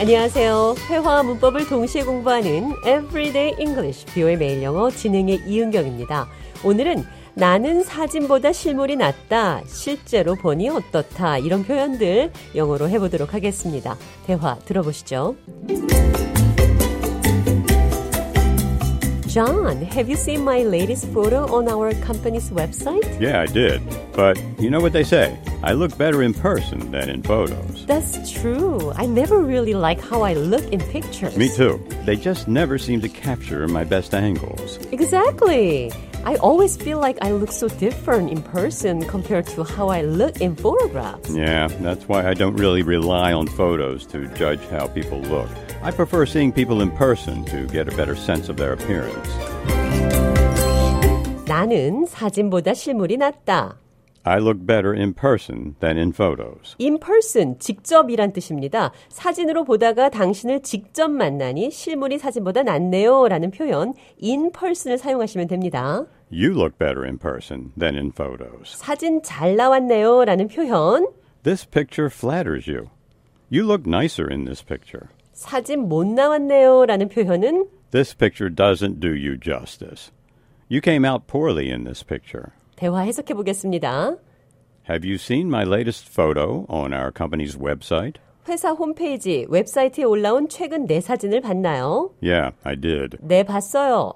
안녕하세요. 회화와 문법을 동시에 공부하는 Everyday English, 비오의 매일 영어 진행의 이은경입니다. 오늘은 나는 사진보다 실물이 낫다, 실제로 보니 어떻다, 이런 표현들 영어로 해보도록 하겠습니다. 대화 들어보시죠. John, have you seen my latest photo on our company's website? Yeah, I did. But you know what they say? I look better in person than in photos. That's true. I never really like how I look in pictures. Me too. They just never seem to capture my best angles. Exactly. I always feel like I look so different in person compared to how I look in photographs. Yeah, that's why I don't really rely on photos to judge how people look. I prefer seeing people in person to get a better sense of their appearance. 나는 사진보다 실물이 낫다. I look better in person than in photos. In person, 직접이란 뜻입니다. 사진으로 보다가 당신을 직접 만나니 실물이 사진보다 낫네요 라는 표현, in person을 사용하시면 됩니다. You look better in person than in photos. 사진 잘 나왔네요 라는 표현, This picture flatters you. You look nicer in this picture. 사진 못 나왔네요 라는 표현은 This picture doesn't do you justice. You came out poorly in this picture. 대화 해석해 보겠습니다. Have you seen my latest photo on our company's website? 회사 홈페이지, 웹사이트에 올라온 최근 내 사진을 봤나요? Yeah, I did. 네, 봤어요.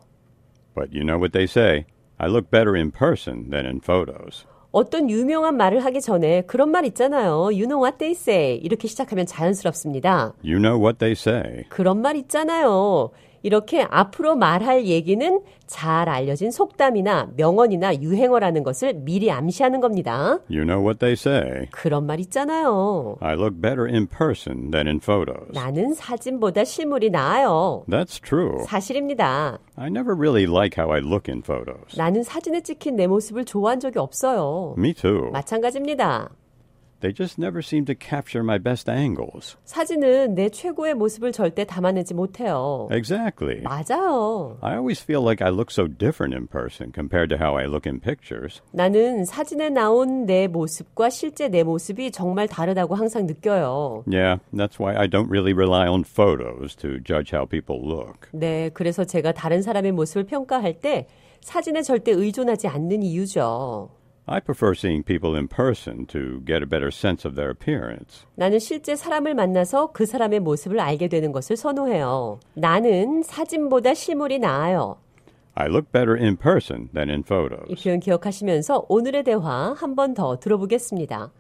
But you know what they say I look better in person than in photos. 어떤 유명한 말을 하기 전에 그런 말 있잖아요. You know what they say. 이렇게 시작하면 자연스럽습니다. You know what they say. 그런 말 있잖아요. 이렇게 앞으로 말할 얘기는 잘 알려진 속담이나 명언이나 유행어라는 것을 미리 암시하는 겁니다. You know what they say. 그런 말 있잖아요. I look better in person than in photos. 나는 사진보다 실물이 나아요. That's true. 사실입니다. I never really like how I look in photos. 나는 사진에 찍힌 내 모습을 좋아한 적이 없어요. Me too. 마찬가지입니다. They just never seem to capture my best angles. 사진은 내 최고의 모습을 절대 담아내지 못해요. Exactly. 맞아요. I always feel like I look so different in person compared to how I look in pictures. 나는 사진에 나온 내 모습과 실제 내 모습이 정말 다르다고 항상 느껴요. Yeah, that's why I don't really rely on photos to judge how people look. 네, 그래서 제가 다른 사람의 모습을 평가할 때 사진에 절대 의존하지 않는 이유죠. I prefer seeing people in person to get a better sense of their appearance. 나는 실제 사람을 만나서 그 사람의 모습을 알게 되는 것을 선호해요. 나는 사진보다 실물이 나아요. I look better in person than in 이 photos. 표현 기억하시면서 오늘의 대화 한 번 더 들어보겠습니다.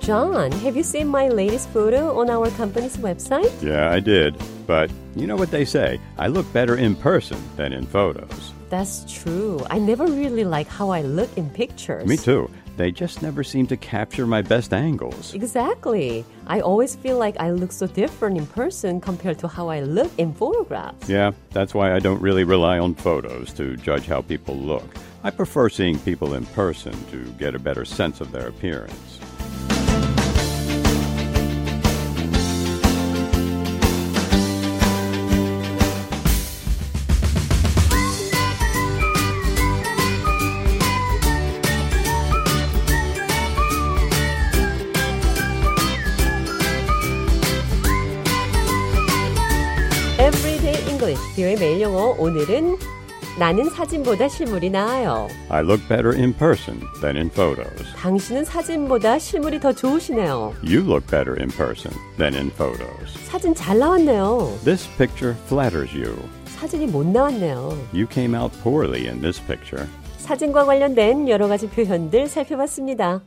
John, have you seen my latest photo on our company's website? Yeah, I did. But you know what they say I look better in person than in photos. That's true. I never really like how I look in pictures. Me too. They just never seem to capture my best angles. Exactly. I always feel like I look so different in person compared to how I look in photographs. Yeah, that's why I don't really rely on photos to judge how people look. I prefer seeing people in person to get a better sense of their appearance. Everyday English, 뷰의 매일 영어. 오늘은 나는 사진보다 실물이 나아요. I look better in person than in photos. 당신은 사진보다 실물이 더 좋으시네요. You look better in person than in photos. 사진 잘 나왔네요. This picture flatters you. 사진이 못 나왔네요. You came out poorly in this picture. 사진과 관련된 여러 가지 표현들 살펴봤습니다.